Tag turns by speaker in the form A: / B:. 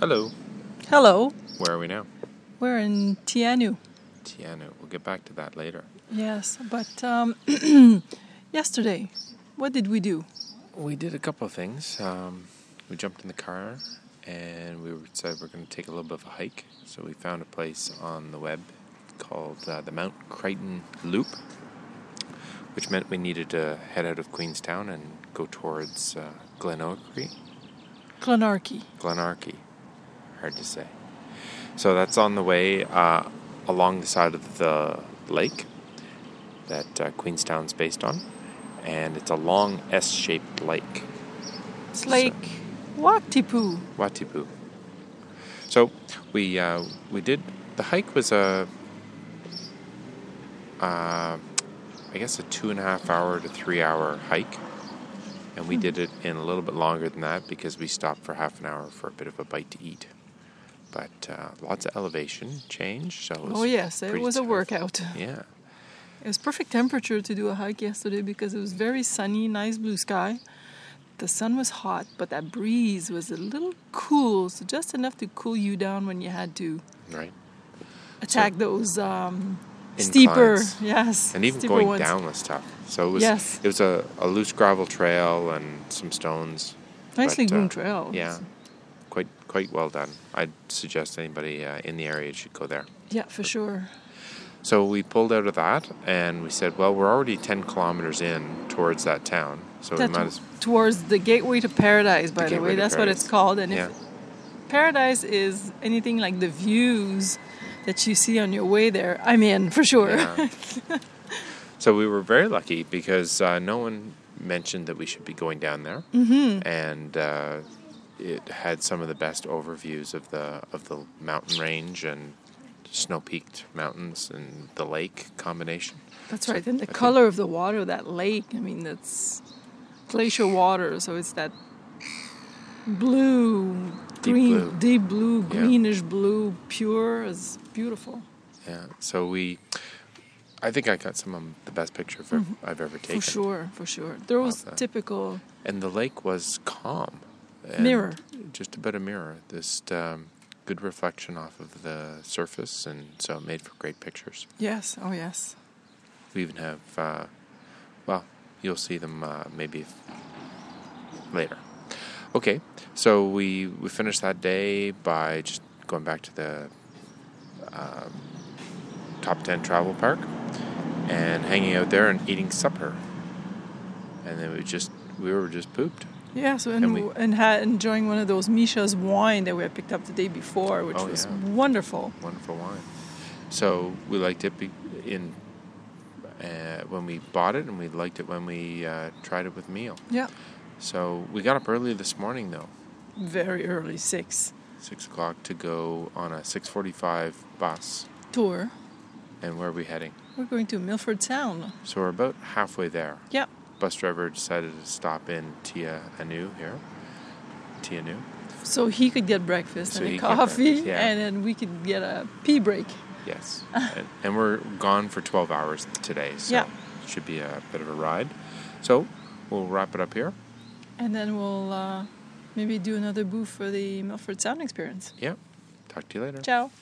A: Hello.
B: Hello.
A: Where are we now?
B: We're in Tianu.
A: Tiana. We'll get back to that later.
B: Yes, but um, yesterday, what did we do?
A: We did a couple of things. Um, we jumped in the car and we were- decided we're going to take a little bit of a hike. So we found a place on the web called uh, the Mount Crichton Loop, which meant we needed to head out of Queenstown and go towards uh, Glenorchy.
B: Glenarchy.
A: Glenarchy. Hard to say. So that's on the way uh, along the side of the lake that uh, Queenstown's based on, and it's a long S-shaped lake,
B: It's like Waktipu.
A: Watipu. So we uh, we did the hike was a uh, I guess a two and a half hour to three hour hike, and
B: Hmm.
A: we did it in a little bit longer than that because we stopped for half an hour for a bit of a bite to eat. But uh, lots of elevation change, so it was
B: Oh, yes, it
A: pretty
B: was a
A: tough.
B: workout.
A: Yeah,
B: It was perfect temperature to do a hike yesterday because it was very sunny, nice blue sky. The sun was hot, but that breeze was a little cool, so just enough to cool you down when you had to
A: right.
B: attack those um, steeper,
A: Inclines.
B: yes,
A: And even
B: steeper
A: going
B: ones.
A: down was tough. So it was
B: Yes.
A: it was a, a loose gravel trail and some stones.
B: Nicely
A: but, uh,
B: groomed trail.
A: Yeah, quite quite well done. I'd suggest anybody uh, in the area should go there.
B: yeah, for sure.
A: So we pulled out of that, and we said, "Well, we're already ten kilometers in towards that town, so
B: That
A: we might as
B: towards the gateway to paradise by
A: The
B: the,
A: gateway
B: way
A: to
B: that's what
A: paradise.
B: it's called and
A: yeah,
B: if paradise is anything like the views that you see on your way there i'm in for sure
A: yeah." so we were very lucky because uh, no one mentioned that we should be going down there, mm-hmm. and uh, it had some of the best overviews of the of the mountain range and snow peaked mountains and the lake combination.
B: that's
A: So
B: right and the
A: I think-
B: color of the water that lake i mean that's glacial water so it's that blue
A: Deep
B: green
A: blue.
B: deep blue
A: Yeah.
B: greenish blue pure is beautiful
A: Yeah. So we, I think I got some of the best picture for, I've ever taken.
B: Mm-hmm. for sure for sure those
A: Awesome.
B: typical
A: And the lake was calm. and
B: Mirror.
A: Just a bit of mirror. Just um, good reflection off of the surface, and so it made for great pictures.
B: yes oh yes
A: We even have, uh, well, you'll see them uh, maybe if, later. Okay, so we we finished that day by just going back to the um, top ten travel park and hanging out there and eating supper, and then we just we were just pooped.
B: Yeah, so and,
A: And
B: and,
A: we-
B: had enjoying one of those Misha's wine that we had picked up the day before, which
A: Oh,
B: was
A: yeah.
B: wonderful.
A: wonderful wine. So we liked it be- in uh, when we bought it, and we liked it when we uh, tried it with meal.
B: Yeah,
A: So we got up early this morning, though,
B: very early six
A: six o'clock, to go on a six forty-five bus.
B: tour.
A: And where are we heading?
B: We're going to Milford Town.
A: So we're about halfway there.
B: Yeah,
A: Bus driver decided to stop in Tia Anu here. Tia Anu.
B: so he could get breakfast
A: So
B: and
A: he
B: a
A: could get
B: coffee,
A: breakfast, yeah.
B: and then we could get a pee break.
A: Yes. and, and we're gone for 12 hours today, so
B: Yeah.
A: should be a bit of a ride. So we'll wrap it up here.
B: And then we'll uh, maybe do another booth for the Milford Sound experience.
A: Yeah. Talk to you later.
B: Ciao.